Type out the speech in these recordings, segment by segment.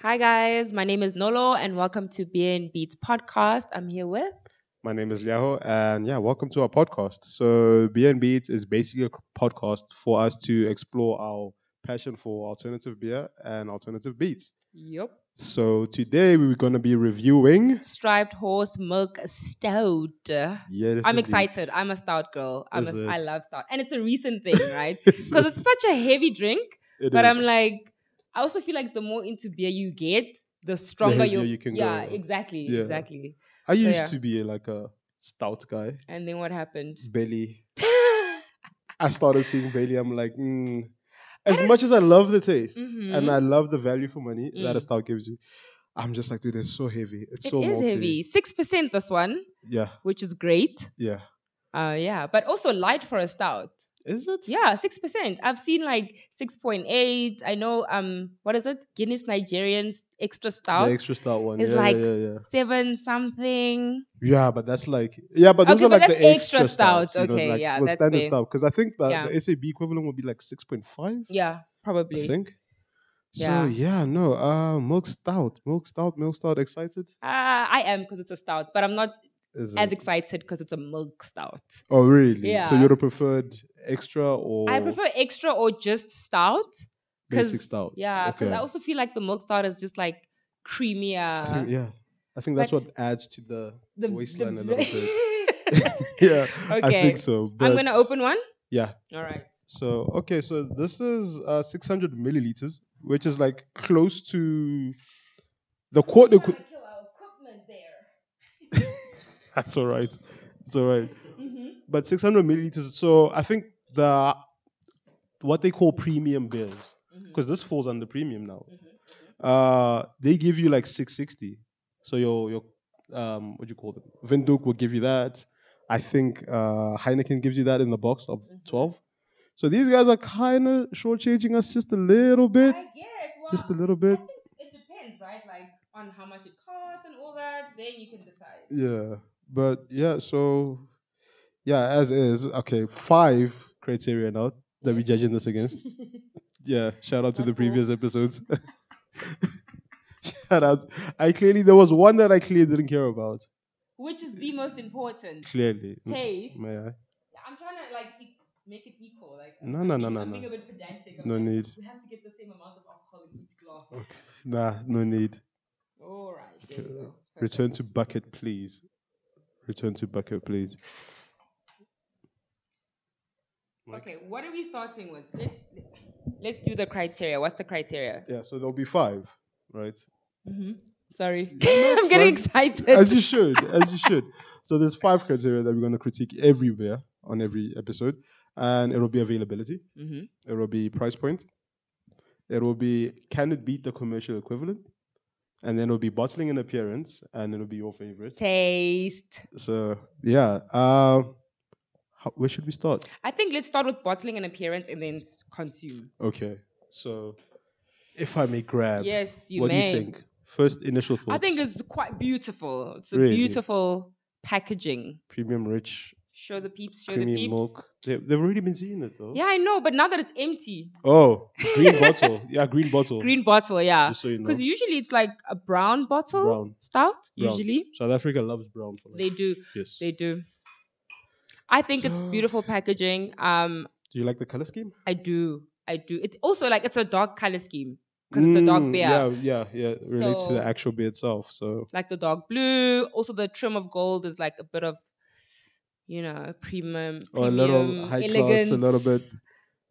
Hi guys, my name is Nolo and welcome to Beer and Beats podcast. I'm here with My name is Liaho, and yeah, welcome to our podcast. So, Beer and Beats is basically a podcast for us to explore our passion for alternative beer and alternative beats. Yep. So, today we're going to be reviewing. Striped Horse Milk Stout. Yeah, I'm excited. I'm a stout girl. I'm Is a, I it? love stout. And it's a recent thing, right? Because it's such a heavy drink, but I'm like I also feel like the more into beer you get, the stronger heavier you can Yeah, go. exactly. Yeah. Exactly. I used yeah. to be like a stout guy, And then what happened? Bailey. I started seeing Bailey. I'm like, mm. as much as I love the taste Mhm. and I love the value for money that Mm. a stout gives you, I'm just like, dude, it's so heavy. It's It so is malty. heavy. Six percent this one, Yeah, which is great. yeah. Uh yeah. But also light for a stout. Is it? Yeah, six percent. I've seen like six point eight. I know um what is it? Guinness Nigerian's extra stout The extra stout one. is yeah, like yeah, yeah, yeah. seven something. Yeah, but that's like yeah, but those Okay, are but like that's the extra, extra stout. stouts, you know, Okay, like yeah, for that's standard fair. stout because I think that Yeah. the SAB equivalent would be like six point five. Yeah, I probably. think. Yeah. So yeah, no, uh, milk stout, milk stout, milk stout. Excited? Uh, I am because it's a stout, but I'm not Is as it? excited because it's a milk stout. oh really? So Yeah. you're the preferred extra or I prefer extra or just stout. 'cause- Oh. basic stout? Yeah, because Okay. I also feel like the milk stout is just like creamier. I think, yeah, I think that's but- what adds to the. The- waistline a the- little Yeah, I Okay, think so. But I'm gonna open one. Yeah, All right. So okay, so this is uh, 600 milliliters, which is like close to the quarter. Qu- That's all right. It's all right. Mhm. But 600 milliliters. So I think the what they call premium beers, Mhm. because this falls under premium now. Mhm. Uh, they give you like 660. So your your um, what do you call them? Vinduk will give you that. I think uh, Heineken gives you that in the box of Mhm. 12. So these guys are kind of shortchanging us just a little bit. I guess. Well, just a little bit. I think it depends, right? Like on how much it costs and all that. Then you can decide. Yeah, but yeah, so yeah, as is. Okay, five criteria now that we're judging this against. Yeah, shout out to the Not four. previous episodes. shout out. I clearly there was one that I clearly didn't care about. Which is the most important? Clearly, M- Taste. may I? I'm trying to like e- make it equal. Like No, I'm no, no, being- no, I'm no. being a bit pedantic. I'm No like, need. We have to get the same amount of alcohol in each glass. Nah, no need. All right. There you go. Perfect. Return to bucket, please. Return to bucket, please. Mike. Okay. What are we starting with? Let's let's do the criteria. What's the criteria? Yeah, so there'll be five, right? Mm-hmm. Sorry, Yeah, no, I'm it's getting fine. excited. as you should, as you should. So there's five criteria that we're going to critique everywhere on every episode, and it'll be availability, mm-hmm. it'll be price point, it'll be can it beat the commercial equivalent, and then it'll be bottling and appearance, and it'll be your favorite. Taste. So yeah, uh, how, where should we start? I think let's start with bottling and appearance and then s- consume. Okay, so if I may grab, Yes, you what may. do you think? First initial thoughts. I think it's quite beautiful. It's a Really? beautiful packaging. premium rich, Show the peeps, show the creamy peeps. milk. They, they've already been seeing it though. Yeah, I know, but now that it's empty, Oh, green bottle. Yeah, green bottle. green bottle, yeah. Just so you know. Because usually it's like a brown bottle Brown. stout. Brown. Usually South Africa loves brown for they like, do, yes. they do. I think it's So- beautiful packaging. Um, Do you like the color scheme? I do, I do. It's also like it's a dark color scheme because it's a dark Mm, beer. Yeah, yeah, yeah. It relates to So- the actual beer itself. So like the dark blue. Also, the trim of gold is like a bit of, you know, premium, or Oh, a premium little high elegance. class, a little bit.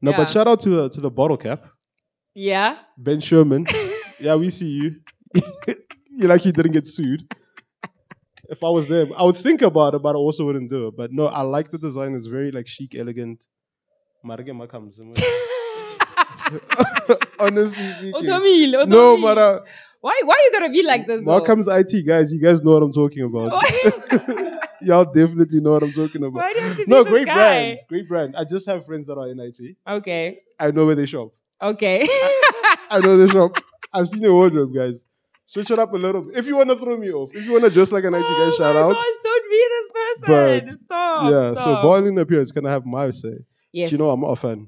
No, Yeah. but shout out to the to the bottle cap, Yeah, Ben Sherman. yeah, we see you. you like you didn't get sued. If I was them, I would think about it, but I also wouldn't do it. But no, I like the design. It's very like chic, elegant. Marike Makam, Honestly speaking. Oh, Otamil, Otamil. No, but uh, why, why you gotta be like this? though? Malcolm's IT guys, you guys know what I'm talking about. Why- Y'all definitely know what I'm talking about. why do you have to be No, this great guy? brand, great brand. I just have friends that are in IT. Okay, I know where they shop. okay. I know they shop. I've seen your wardrobe, guys. Switch it up a little. bit. If you wanna throw me off, if you wanna dress like an IT oh guy, shout my out. Gosh, don't be this person. But, stop. yeah. stop. So boiling appearance, can I have my say? yes. Do you know I'm not a fan.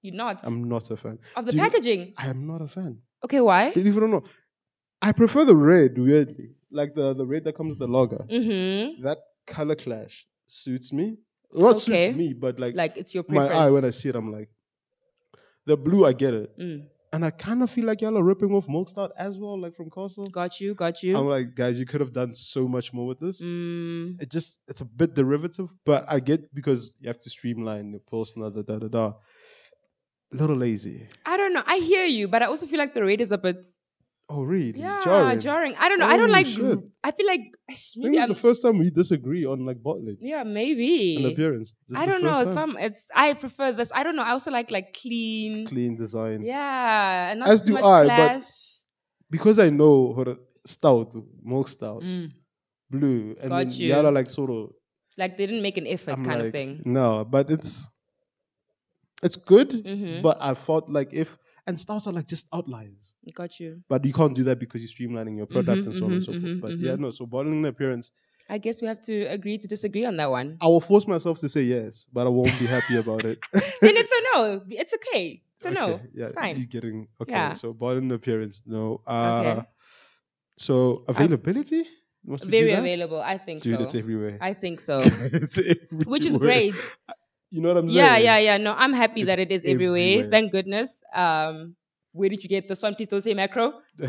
you're not I'm not a fan. of the do you- packaging. I am not a fan. Okay, why? Believe it or not, I prefer the red, weirdly. Like the, the red that comes with the lager. Mm-hmm. That color clash suits me. Not Okay. suits me, but like, Like it's your my preference. eye when I see it, I'm like, the blue, I get it. Mm. And I kind of feel like y'all are ripping off Milk Stout as well, like from Castle. Got you. Got you. I'm like, guys, you could have done so much more with this. mm. It just, it's a bit derivative, but I get because you have to streamline your personal, da da da da. A little lazy. I don't know. I hear you, but I also feel like the red is a bit Oh, really? yeah jarring. Jarring. I don't know. I don't Oh, like. shit. I feel like I think maybe it's I'm, the first time we disagree on like bottling yeah and maybe. appearance. This is I the don't know. first time. Some it's I prefer this. I don't know. I also like like clean. clean design. Yeah, and not As too do much I, but- clash. Because I know for the stout, milk stout, Mm. blue, and Got then you. y'all are like sort of Like they didn't make an effort I'm kind like, of thing. No, but it's it's good. Mhm. But I felt like if and stouts are like just outlines, Got you. but you can't do that because you're streamlining your product Mhm, and so on and mhm, so mhm, forth. But yeah, mhm. no. So bottling the appearance, I guess we have to agree to disagree on that one. I will force myself to say yes, but I won't be happy about it. then it's a no. It's okay. It's a no. Okay, yeah, it's fine. You're getting okay. Yeah. So bottling the appearance, no. Uh, Okay. Um, So availability. Must we do Very that? available. I think Dude, so. it's everywhere. I think so. It's everywhere. Um, Which is great. You know what I'm saying? Yeah, yeah, yeah. No, I'm happy It's that it is everywhere. everywhere. Thank goodness. Um, where did you get this one? Please don't say macro.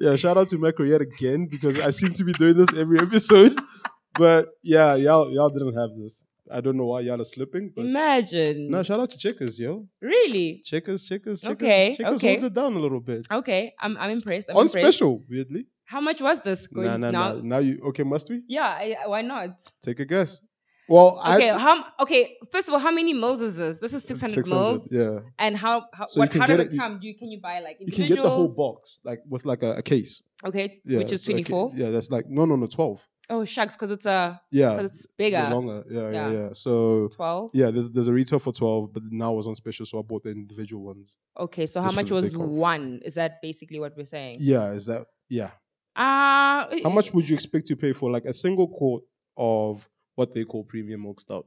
Yeah, shout out to Macro yet again because I seem to be doing this every episode. But yeah, y'all y'all didn't have this. I don't know why y'all are slipping. Mm. But Imagine. no, shout out to Checkers, yo. really? Checkers, Checkers, Checkers. Okay, Checkers okay. holds it down a little bit. Okay, I'm I'm impressed. I'm On impressed. special, weirdly. How much was this going Nah, nah, now? nah. Now you okay? Must we Yeah, I, I- why not? take a guess? Well, I Okay, had to- how okay, first of all, how many mils is this? This is 600, 600, mils. Yeah, And how, how So you what can how does get it it- come? Do you can you buy like you can get individuals? the whole box like with like a, a case. Okay, Yeah, which is so a ca- 24. yeah, that's like no, no, no, twelve. Oh shucks, because it's a Yeah, because it's the bigger. longer. Yeah, yeah, Yeah. yeah. So 12. yeah, there's there's a retail for twelve, but now it was on special, so I bought the individual ones. Okay, so how Just for much the was sake of- one? Is that basically what we're saying? Yeah, is that yeah? Uh How much would you expect to pay for like a single quart of what they call premium milk stout?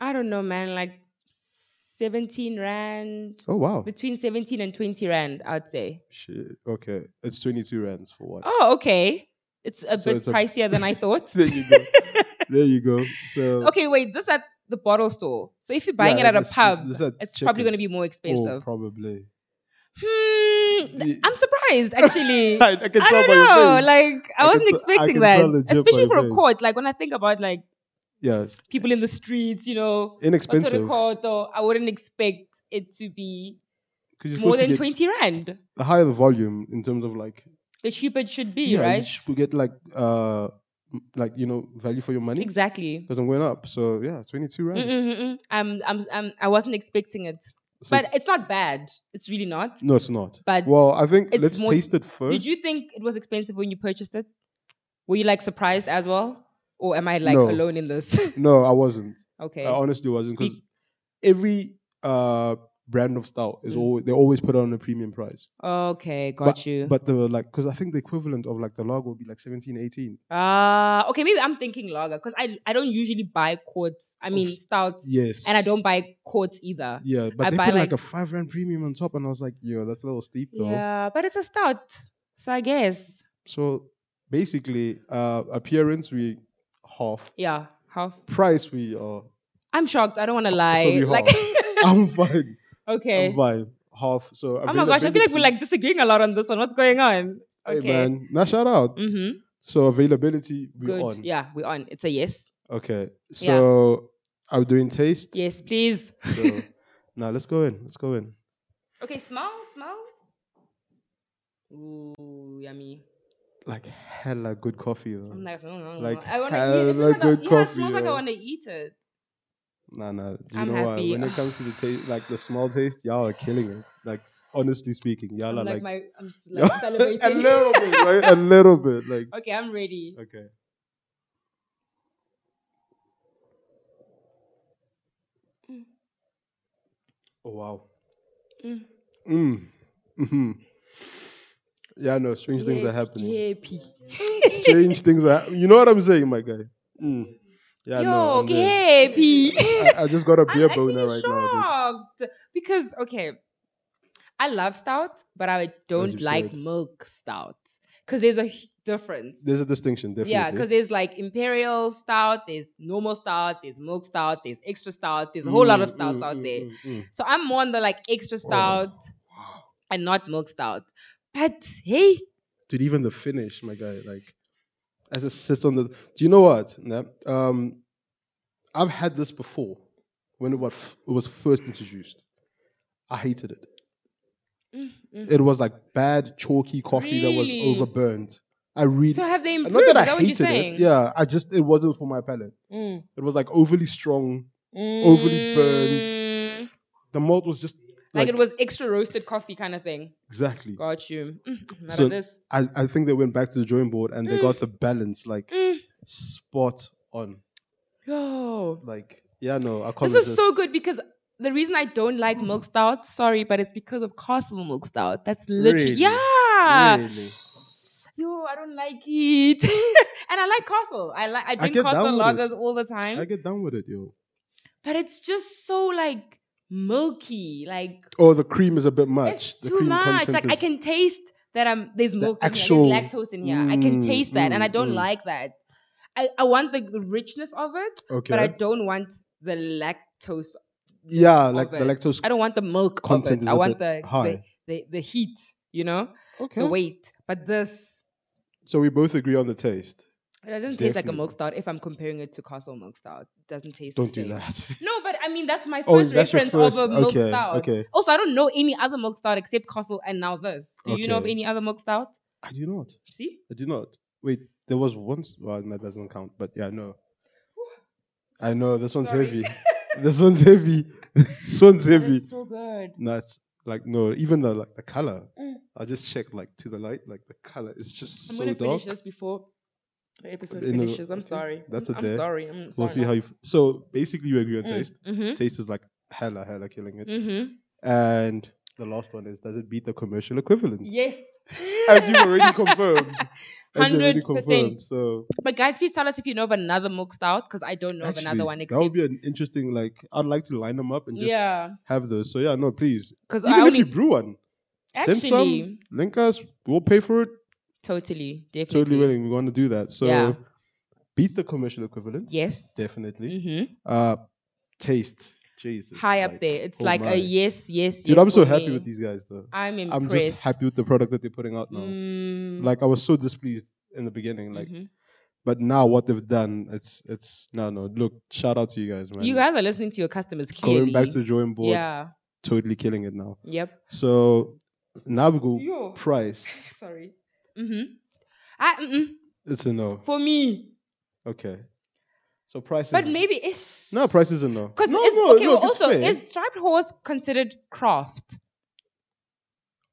I don't know, man, like 17 rand Oh wow! between 17 and 20 rand, I'd say. Shit. Okay, it's twenty two rands for one. Oh, okay. It's a So bit it's a- pricier than I thought. there you go. there you go. So okay, wait, this at the bottle store. So if you're buying Yeah, it at a this- pub, this at it's probably going to Checkers. be more oh, expensive. probably. hmm, th- The- I'm surprised actually. I, I can I tell don't by your know. face. Like I, I wasn't can tell- I expecting can that, tell the drip by especially your for a face. court. Like when I think about like yeah, people in the streets, you know, Matsuri inexpensive. Court, or I wouldn't expect it to be 'Cause you're more supposed to than 20 get- rand. The higher the volume in terms of like The cheaper it should be, yeah, right? you should get like uh m- like you know value for your money Exactly. because I'm going up. So yeah, twenty two rands. Mm-mm, mm-mm. I'm, I'm, I'm, I wasn't expecting it, So- but it's not bad. It's really not. no, it's not. But Well, I think it's let's more- taste it first. Did you think it was expensive when you purchased it? Were you like surprised as well? Or am I like No. Uh, alone in this? No, I wasn't. okay. I honestly wasn't because Be- every uh brand of stout is Mm. always they always put it on a premium price. Okay, got but, you. But the like because I think the equivalent of like the lager would be like 17, 18. Ah, okay, maybe I'm thinking lager because I, I don't usually buy quarts. I mean, Oof. stouts. Yes. And I don't buy quarts either. Yeah, but I they buy, put like, like- a five rand premium on top, and I was like, yo, that's a little steep though. Yeah, but it's a stout. So I guess. So basically, uh appearance we half, Yeah, half. price we are. I'm shocked. I don't Oh, want to lie. we like, I'm fine. okay. I'm fine. Half. So Oh my gosh, I feel like we're like disagreeing a lot on this one. What's going on? Hey okay. man, now shout out. Mm-hmm. So availability, we Good. on. Yeah, we're on. It's a yes. Okay. Yeah. So I'm doing taste. Yes, please. So now let's go in. Let's go in. Okay, smell, smell. Ooh, yummy. Like hella good coffee though. I'm like, mm, mm, Like, mm. I want to hella eat it. It's like good a, yeah, it coffee, smells like I yo. want to eat it. nah nah. Do you I'm know happy. what? When it comes to the taste like the smell taste, y'all are killing it. Like s- honestly speaking, I'm y'all are like, like, my, I'm s- like a celebrating. little bit, right? A little bit. Like okay, I'm ready. okay. Oh wow. Mm. Mm. hmm Yeah, no, strange things are Yeah, happening. yeah, P. strange things are you know what i'm saying my guy Mm. yeah no Yo, I'm there. yeah, P. I, I just got a I'm beer actually boner right now dude. shocked because okay, I love stout, but I you don't like said. milk stout because there's a hu- difference. There's a distinction, definitely. Yeah, because there's like imperial stout, there's normal stout, there's milk stout, there's extra stout, there's a whole lot Mm, of stouts out there. So I'm more on the like extra stout Oh, Wow. and not milk stout. But hey, Dude, even the finish, my guy, like, as it sits on the. Do you know what? Nah, um, I've had this before when it was, it was first introduced. I hated it. mm, mm. It was like bad, chalky coffee that was Really? overburned. I really. so have they improved? not that Is that I what you're hated saying? it. Yeah, I just. It wasn't for my palate. Mm. It was like overly strong. Overly burnt. Mm. The malt was just. Like, it was extra roasted coffee kind of thing. Exactly. Got you. Mm, none So- of this. I, I think they went back to the drawing board and they got the balance like Mm. spot on. Yo. Like, yeah, no, I can't This is resist. so good because the reason I don't like Mm. milk stout, sorry, but it's because of Castle milk stout. That's literally Really? yeah. Really? Yo, I don't like it, and I like Castle. I like I drink get Castle down with it. lagers all the time, I get down with it, yo. but it's just so like milky, like Oh, the cream is a bit much. it's the too cream much. content Like I is- can taste that I'm there's milk in actual- here, there's lactose in here. I can Mm, taste that, and I mm, don't mm. like that. I I want the richness of it, Okay. but I don't want the lactose. yeah, of like the it. lactose. I don't want the milk of Content it. is I a want the, bit the high. the the heat, you know, Okay. the weight. But this. So we both agree on the taste. It doesn't taste like a Definitely. milk stout if I'm comparing it to Castle milk stout. It doesn't taste Don't the do same. that. No, but I mean that's my Oh, first that's your reference first- of a milk okay, stout. okay. Also, I don't know any other milk stout except Castle and now this. Do you know of Okay. any other milk stout? I do not. See? I do not. Wait, there was once. Well, that doesn't count. But yeah, no. I know this one's Sorry. heavy. this one's heavy. this one's But heavy. It's so good. No, it's like no. Even the like the color. Mm. I just checked like to the light. Like the color is just I'm so gonna dark. finish this before the episode In a- finishes. I'm okay. sorry. That's a I'm dare. sorry. I'm sorry. We'll see how you. F- so basically, you agree on taste. Mm-hmm. Taste is like hella, hella killing it. Mm-hmm. And the last one is does it beat the commercial equivalent? Yes. As you've already confirmed. As you've already 100%. confirmed. So But guys, please tell us if you know of another milk stout because I don't know actually, of another one that would except be an interesting like. I'd like to line them up and just yeah. have those. So yeah, no, please. Because Even I if only you brew one, send actually some. Link us. We'll pay for it. totally definitely Totally willing. We want to do that. So Yeah. beat the commercial equivalent. yes. Definitely. Mm-hmm. Uh, taste. Jesus. high up like, there. It's oh like my. a yes, yes, Dude, yes I'm so for happy me. with these guys though. I'm I'm impressed. just happy with the product that they're putting out now. Mm, Like I was so displeased in the beginning, like, mhm. but now what they've done, it's it's no no. Look, shout out to you guys, man. you guys are listening to your customers clearly. going back to the drawing board, yeah. totally killing it now. Yep. So now we go Yo. price. Sorry. Mm-hmm. I, mm-mm, It's a no. for me, Okay. So price. but is- maybe it's no price is a no. Because no, it's, no, okay, look, well, it's also, fair. is striped horse considered craft?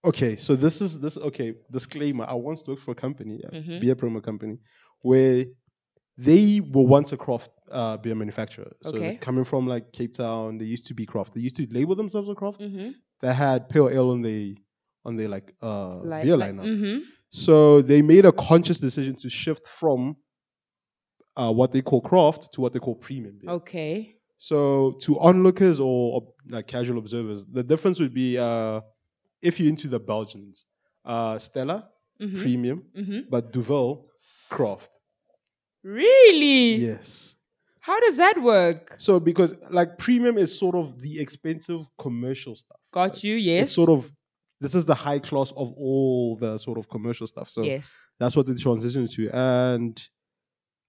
okay. So this is this okay disclaimer. I once worked for a company, a Mhm. beer promo company, where they were once a craft uh, beer manufacturer. So they're Okay. coming from like Cape Town, they used to be craft. They used to label themselves a craft. Mm-hmm. They had pale ale on the on their like uh beer lineup. Mm-hmm. So they made a conscious decision to shift from uh, what they call craft to what they call premium beer. Oh. Okay. So to onlookers or ob- like casual observers, the difference would be uh, if you're into the Belgians, uh, Stella Mm-hmm. premium, mm-hmm. but Duvel craft. Really? Yes. How does that work? So because like premium is sort of the expensive commercial stuff. Got you. Yes. It's sort of this is the high class of all the sort of commercial stuff. So yes. that's what they transitioned to. And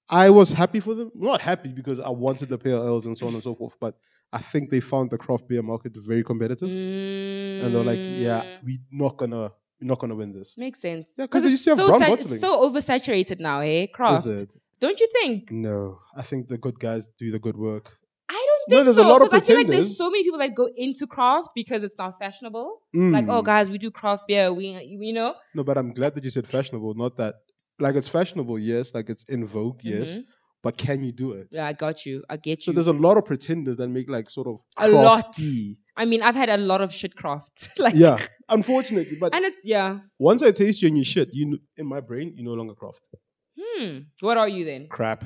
I was happy for them. Not happy because I wanted the PLLs and so on and so forth, but I think they found the craft beer market very competitive. And they're like, yeah, Mm, we're not gonna we're not gonna win this. Makes sense. Yeah, 'cause they used to have so brown sat- bottling. it's so oversaturated now, eh? Craft. Is it? Don't you think? No. I think the good guys do the good work. I don't No, think there's a so. lot of 'cause I feel like there's pretenders. so many people that go into craft because it's now fashionable. Like, Mm. oh, guys, we do craft beer. We, you know. No, but I'm glad that you said fashionable, not that like it's fashionable, yes, like it's in vogue, yes. Mhm. But can you do it? Yeah, I got you. I get So you. there's a lot of pretenders that make like sort of A lot. crafty- I mean, I've had a lot of shit craft. like, Yeah, unfortunately, but And it's yeah. once I taste you and you shit, you kn- in my brain, you no longer craft. Hmm. What are you then? Crap.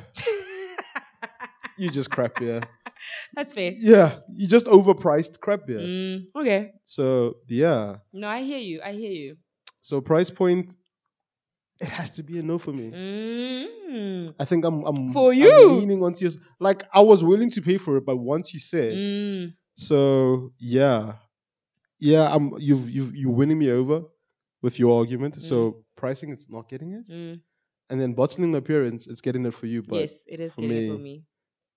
you just crap, yeah. That's fair. yeah, you just overpriced crap beer. Mm, okay. So yeah, No, I hear you. I hear you. so price point, it has to be a no for me. Mm, I think I'm, I'm For I'm you. leaning onto your like I was willing to pay for it, but once you said, mm, so yeah, yeah, I'm you've you've you're winning me over with your argument. So pricing, it's not getting it, mm. and then bottling appearance, it's getting it for you, but Yes, it is for getting it for me, me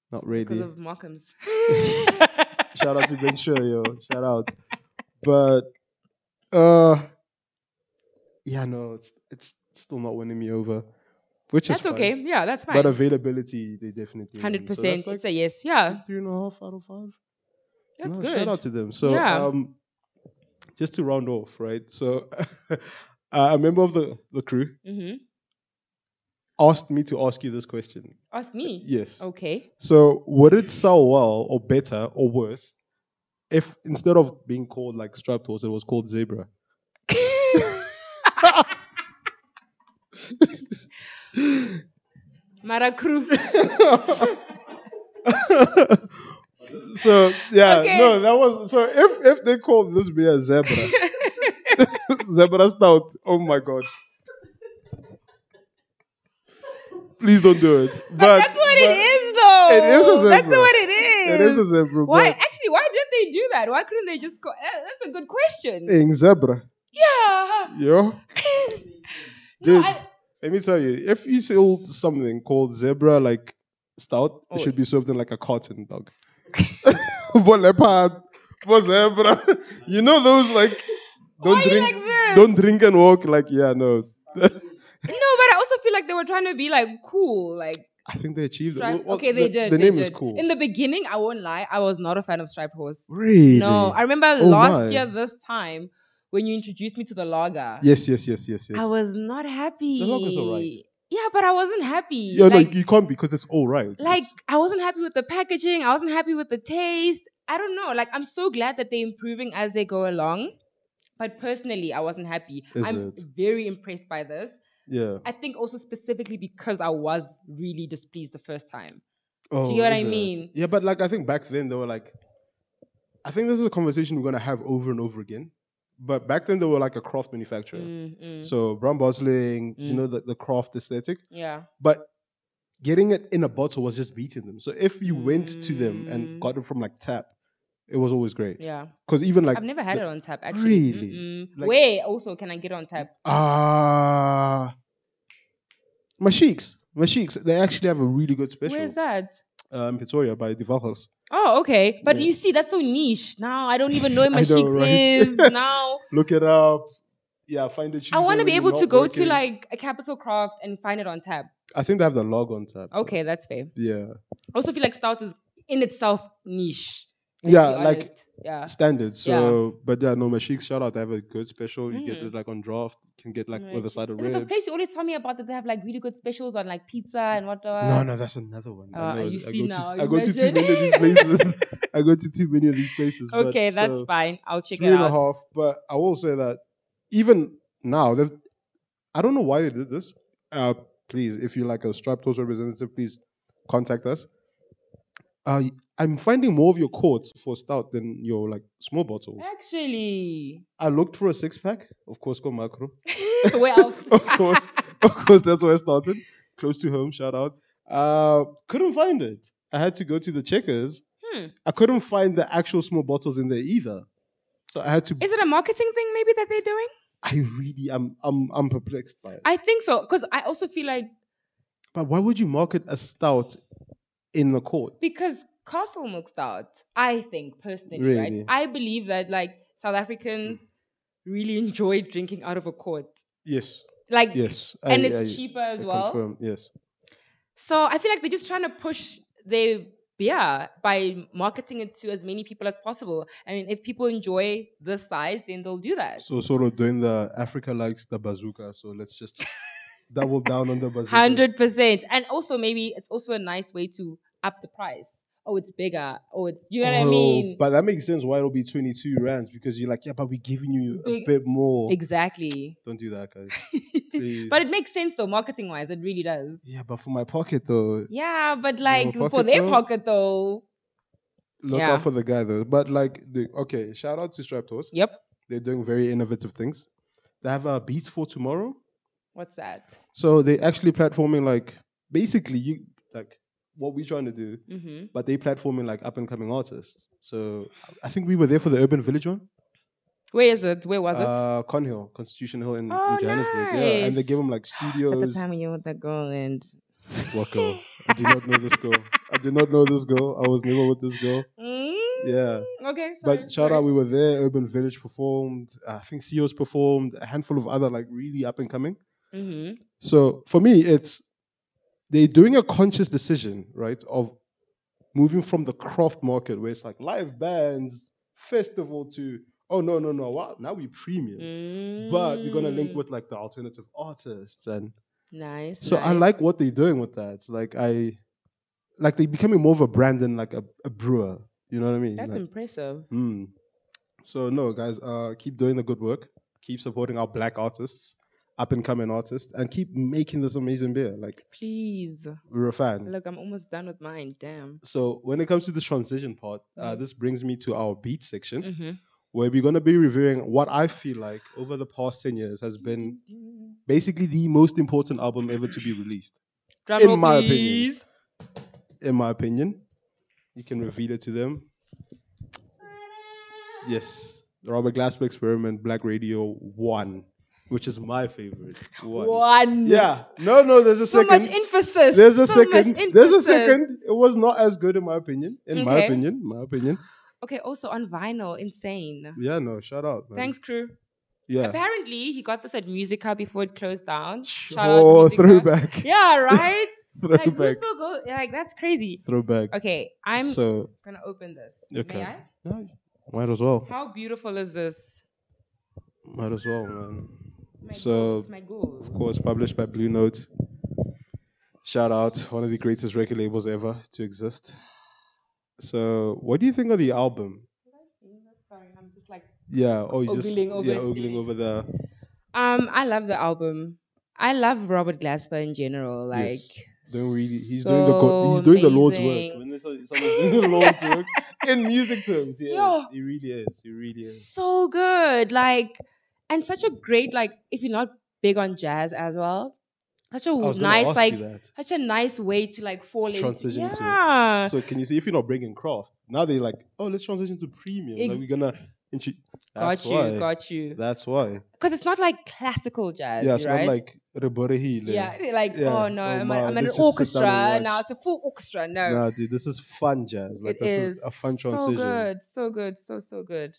not because really. of Markham's. Shout out to Ben Sure, yo, shout out. But uh, yeah, no, it's it's still not winning me over, which That's is fine. okay. Yeah, that's fine. But availability, they definitely win. So Hundred that's percent. like It's a yes. Yeah, three and a half out of five. that's No, good. Shout out to them. So, Yeah. um, just to round off, right? So, uh, a member of the, the crew hmm asked me to ask you this question. Ask me. Yes. Okay. So, would it sell well or better or worse if instead of being called like striped horse, it was called zebra? Maracru. so, yeah, Okay. no, that was so. If if they called this beer zebra, zebra stout, oh my god. Please don't do it. But, But, that's what it but- is, though. It is a That's zebra. what it is. It is a zebra. Why? but Actually, why did they do that? Why couldn't they just go? that- That's a good question. In zebra, yeah. yo, No, dude. I- Let me tell you, if you sold something called zebra like stout, Oh. it should be served in like a carton, dog. for leopard, for zebra, you know those like don't Why you drink, like this? don't drink and walk. Like yeah, no. no, but I also feel like they were trying to be like cool, like I think they achieved. it. stripe. Well, okay, the, they did. The they name did. is cool. In the beginning, I won't lie, I was not a fan of striped horse. really? No, I remember Oh, last why? year this time when you introduced me to the lager. Yes, yes, yes, yes, yes. I was not happy. lager's alright. Yeah, but I wasn't happy. yeah, like, no, you can't because it's all right. like It's- I wasn't happy with the packaging. I wasn't happy with the taste. I don't know. Like I'm so glad that they're improving as they go along. But personally, I wasn't happy. Is I'm it? very impressed by this. yeah. I think also specifically because I was really displeased the first time. Oh, get what I is it? mean? Yeah, but like I think back then they were like, I think this is a conversation we're gonna have over and over again. But back then they were like a craft manufacturer. Mm, mm, So brown bottling, you Mm. know, the, the craft aesthetic. yeah. But getting it in a bottle was just beating them. So if you went to them Mm. and got it from like tap, it was always great. Yeah. Because even like I've never had the- it on tap actually. Really? Mm-mm. Like- Where also can I get it on tap? ah, my sheiks, my sheiks, they actually have a really good special. Where's that? Um, Pretoria by the Valhals. Oh, okay. But Yeah. you see, that's so niche. Now I don't even know where my I know, cheeks right? is now. Look it up. Yeah, find it. I want to be able to go to like a Capital Craft and find it on tab. I think they have the log on tap. though. Okay, that's fair. Yeah. I also feel like stout is in itself niche. to Yeah, be like honest. yeah. standard. So, but yeah, no, Mashik, shout out. They have a good special. You get Mm. it like on draft. You can get like with a Magic. side of Is it ribs. the place you always tell me about that they have like really good specials on like pizza and what? no, no, that's another one. Uh, I know. you I see go now, To, I go to too imagine. many of these places. I go to too many of these places. but Okay, that's so, fine. I'll check three it and a out. half. But I will say that even now, they've, I don't know why they did this. Uh, please, if you're like a striped horse representative, please contact us. Uh, I'm finding more of your quotes for stout than your like small bottles. Actually, I looked for a six pack, of course, go macro. where else? of course, of course, that's where I started. Close to home, shout out. Uh, couldn't find it. I had to go to the checkers. Hmm. I couldn't find the actual small bottles in there either. So I had to. Is it a marketing thing maybe that they're doing? I really am. I'm. I'm perplexed by it. I think so because I also feel like But why would you market a stout in the court? because castle milk stout i think personally right Really? Mm. i believe that like south africans really enjoy drinking out of a quart Yes. like Yes. I- and I- it's cheaper I as well Confirm. Yes. so i feel like they're just trying to push their beer by marketing it to as many people as possible i mean if people enjoy the size then they'll do that So sort of doing the Africa likes the bazooka. So let's just double down on the bazooka. 100% and also maybe it's also a nice way to up the price oh it's bigger oh it's you know what i Oh, mean But that makes sense why it'll be 22 rands because you're like, yeah, but we're giving you Big- a bit more. exactly Don't do that, guys. Please. but it makes sense though marketing wise it really does yeah, but for my pocket though, Yeah, but like for pocket their though? pocket though, Look Yeah. out for the guy though. But like, the, okay, shout out to Striped Horse. Yep. They're doing very innovative things. They have a beats for tomorrow. What's that? So they actually platforming like basically you like what we're trying to do, Mm-hmm. but they platforming like up and coming artists. So I think we were there for the Urban Village one. Where is it? Where was it? Uh, Conhill, Constitution Hill in, Oh, in Johannesburg. Yeah, and they nice. give them like It's at the studios. time when you with the girl and. What girl? I do not know this girl. I do not know this girl. I was never with this girl. Mm, Yeah. Okay. Sorry, But shout sorry. out, we were there. Urban Village performed. I think CEOs performed. A handful of other like really up and coming. Mm-hmm. So for me, it's they're doing a conscious decision, right, of moving from the craft market where it's like live bands, festival to oh no no no wow now we premium, but we're gonna link Mm, with like the alternative artists and Nice. so I nice. like what they're doing with that. Like I like they're becoming more of a brand than like a, a brewer. You know what I mean? That's Like, impressive. Mm. So no, guys, uh, keep doing the good work. Keep supporting our black artists, up and coming artists, and keep making this amazing beer. Like Please. we're a fan. Look, I'm almost done with mine. Damn. So when it comes to the transition part, uh, Mm. this brings me to our beat section, Mm-hmm. where we're gonna be reviewing what I feel like over the past ten years has Mm-hmm. been basically the most important album ever to be released, Drum In roll, my opinion. please. in my opinion. You can reveal it to them. Yes, the Robert Glasper Experiment, Black Radio One, which is my favorite. One. One. Yeah. No, no, there's a So second. much emphasis. there's a so much second. There's a emphasis. second. It was not as good in my opinion. In my Okay. opinion. My opinion. Okay. Also on vinyl, insane. Yeah, no, shout out. Man. Thanks, crew. Yeah. Apparently, he got this at Musica before it closed down. Shout out Oh, Musica. throwback. Yeah, right? like, who Throwback. still go? Like, that's crazy. Throwback. Okay, I'm so gonna open this. okay. May I? Yeah, might as well. How beautiful is this? Might as well, man. My So- goals, my goals. Of course, published by Blue Note. Shout out, one of the greatest record labels ever to exist. So, what do you think of the album? Sorry, I'm just like. Yeah, oh, you just Ogling over yeah, his ogling feelings. over the Um, I love the album. I love Robert Glasper in general. Like, Yes. Don't really. He's doing the go- he's so doing the Lord's work. amazing. When they say someone's doing the Lord's work in music terms, yes, Yo. he really is. He really is. so good like and such a great like if you're not big on jazz as well such a I was gonna nice ask like you that. such a nice way to like fall in Transition into it. yeah So can you see if you're not bringing craft now? They're like, oh, let's transition to premium. Ex- like we're gonna. Intro- got that's you why. got you That's why. because it's not like classical jazz yeah, it's right not like Reborehile. yeah like Yeah. oh no Oh, i'm, my, a, I'm in an let's just sit orchestra down and watch. now it's a full orchestra no Nah, dude, this is fun jazz. Like Oh. it this is is, a fun transition. so good so good so so good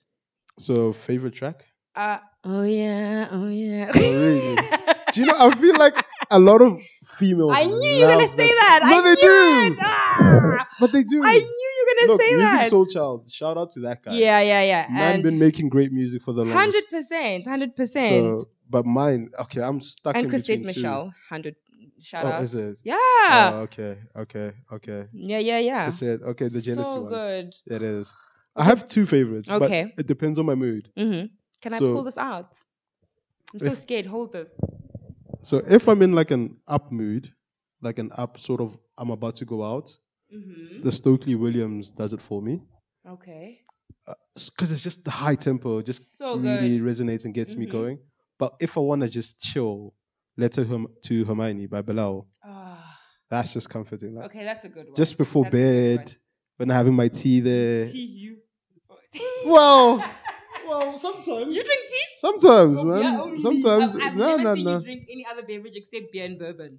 So favorite track? uh oh yeah oh yeah Oh, really? Do you know? I feel like a lot of females. i knew you were gonna love say that Oh, No, i they knew do. it. Ah! But they do. i knew you were gonna Hmm. Look, say music that soul child. Shout out to that guy. Yeah, yeah, yeah. Man and been making great music for the longest. hundred percent, hundred percent. So, but mine, okay, I'm stuck And in Christine between Michelle, hundred. Shout Two. Oh, out. is it? yeah. Oh, okay, okay, okay. yeah, yeah, yeah, It's it. Okay, the jealousy So one. good. It is. I have two favorites. Okay. But it depends on my mood. hmm Can I So- pull this out? I'm so If- scared. Hold this. So if I'm in like an up mood, like an up sort of, I'm about to go out. hmm The Stokely Williams does it for me. Okay. because it's just the high tempo just So really resonates and gets me Mhm. going. But if I want to just chill, Letter Herm- to Hermione by Bilal, Ah, that's just comforting. Like, okay, that's a good one. Just before That's a good bed, when I'm having my tea there. one. Tea, you. Well, well, sometimes, you drink tea? sometimes, Oh, man, yeah, only. sometimes, I've, I've no, never no, seen no. you drink any other beverage except beer and bourbon.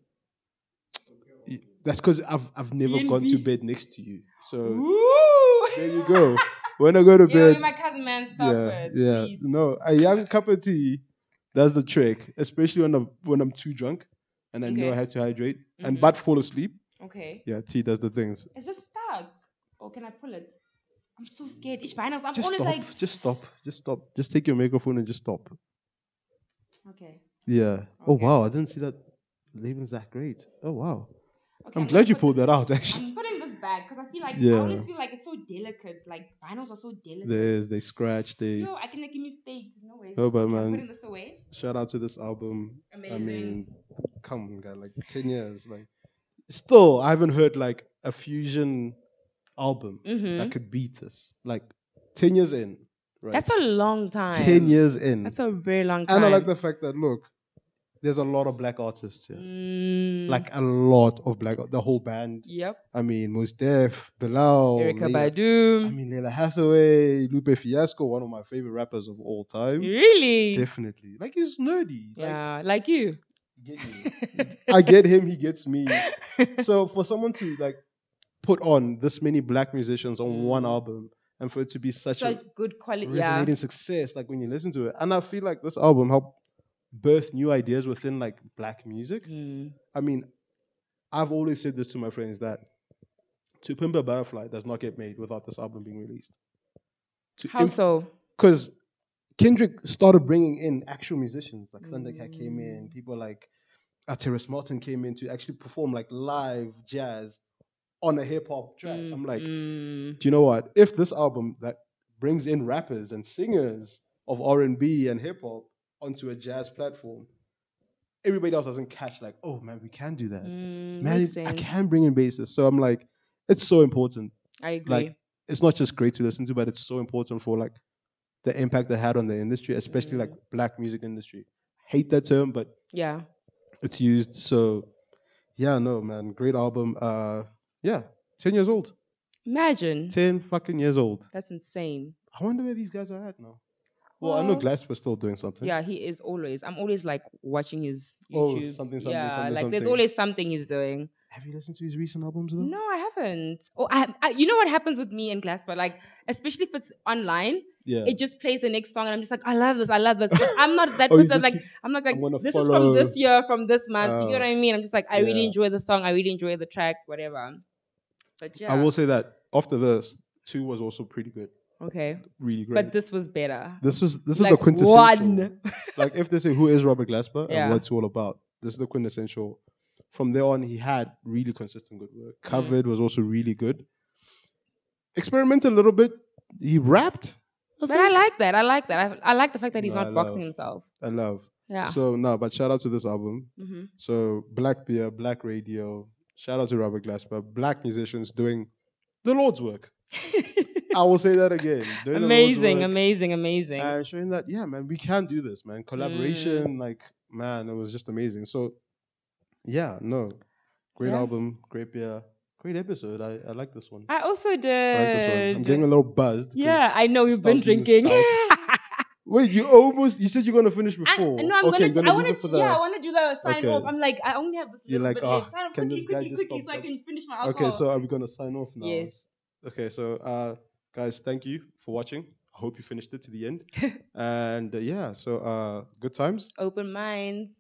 That's because I've I've never gone to B&B. bed next to you, so Ooh. there you go. When I go to Yo, bed, you're my cousin, man. Stop yeah, it. yeah. please. No, a young cup of tea does the trick, especially when I'm when I'm too drunk and I know Okay. I have to hydrate and Mhm. but fall asleep. Okay. Yeah, tea does the things. Is this stuck? Or can I pull it? I'm so scared. Ich weiß, I'm Just always stop. like. Just stop. Just stop. Just take your microphone and just stop. Okay. Yeah. Oh Okay. wow, I didn't see that. Laban's that great. Oh wow. okay I'm I'm glad you gonna put pulled that out. this- Actually, I'm putting this back because I feel like Yeah. I always feel like it's so delicate. Like vinyls are so delicate. there is. They scratch. They Yo, I can make a mistake. No way. Oh, but Okay, man. I'm putting this away. shout out to this album. I Amazing. mean, come on, guy. Like ten years. Like still, I haven't heard like a fusion album hmm that could beat this. Like ten years in, right? That's a long time. ten years in. That's a very long time. and I like the fact that look, there's a lot of black artists here. Mm, Like a lot of black, the whole band. yep. I mean, Mos Def, Bilal, Erica Leila- I Badu. mean, Leila Hathaway, Lupe Fiasco, one of my favorite rappers of all time. Really? Definitely. Like, he's nerdy. Like, Mm, yeah, like you. get you. I get him, he gets me. So, for someone to, like, put on this many black musicians on one Mm. album and for it to be such, Such a good quality. Yeah. resonating success, like, when you listen to it. And I feel like this album helped birth new ideas within, like, black music. Mm. I mean, I've always said this to my friends that To Pimp a Butterfly does not get made without this album being released. How so? Because Kendrick started bringing in actual musicians, like Thundercat came in, Mm. people like uh, Terrace Martin came in to actually perform like live jazz on a hip hop track. Mm, I'm like, mm. do you know what? If this album that brings in rappers and singers of R and B and hip hop onto a jazz platform, everybody else doesn't catch like, oh man, we can do that. Mm, man, makes it- I sense. can bring in bases. So I'm like, it's so important. I agree. like, It's not just great to listen to, but it's so important for like the impact they had on the industry, especially Mm. like black music industry. Hate that term, but yeah. it's used. So yeah, no man, great album. Uh, yeah, ten years old, Imagine. ten fucking years old. That's insane. I wonder where these guys are at now. Well, I know Well- Glass was still doing something. Yeah, he is always. I'm always like watching his Oh, YouTube. something, something, yeah, something, like there's something. always something he's doing. Have you listened to his recent albums though? No, I haven't. Oh, I, I you know what happens with me and Glass, but like especially if it's online, Yeah. it just plays the next song, and I'm just like, I love this, I love this. But I'm not that Oh, you person. just Like keep- I'm not like I'm gonna this is from this follow- year, from this month. you Oh. know what I mean? I'm just like, I really Yeah. enjoy the song, I really enjoy the track, whatever. But yeah, I will say that after this, two was also pretty good, okay. really great. But this was better. This was this is Like, the quintessential. One. Like if they say who is Robert Glasper Yeah. and what's he all about, this is the quintessential. From there on, he had really consistent good Mm. work. Covered was also really good. Experimented a little bit. He rapped. I, But I think. like that. I like that. I, I like the fact that he's No, I not boxing love- himself. I love. Yeah. So no, but shout out to this album. hmm So Black Beer, Black Radio. Shout out to Robert Glasper. Black musicians doing the Lord's work. I will say that again. doing the Lord's amazing, work. amazing, amazing. and showing that yeah man we can do this man collaboration Mm. like man it was just amazing so yeah no great Yeah. album great beer great episode i, I like this one I also I did. like this one. I'm getting a little buzzed. 'cause- yeah, I know you've been stout means drinking. Wait, you almost. You said you're gonna finish I, before. no, I'm okay, gonna. I leave want it for to. the. Yeah, I want to do the sign Okay. off. I'm like, I only have this You're little like, bit "Ah, left. Sign off can quickly, this guy quickly, just quickly, so stop I can finish my alcohol. okay, so are we gonna sign off now? Yes. Okay, so uh, guys, thank you for watching. I hope you finished it to the end. and uh, yeah, so uh, good times. open minds.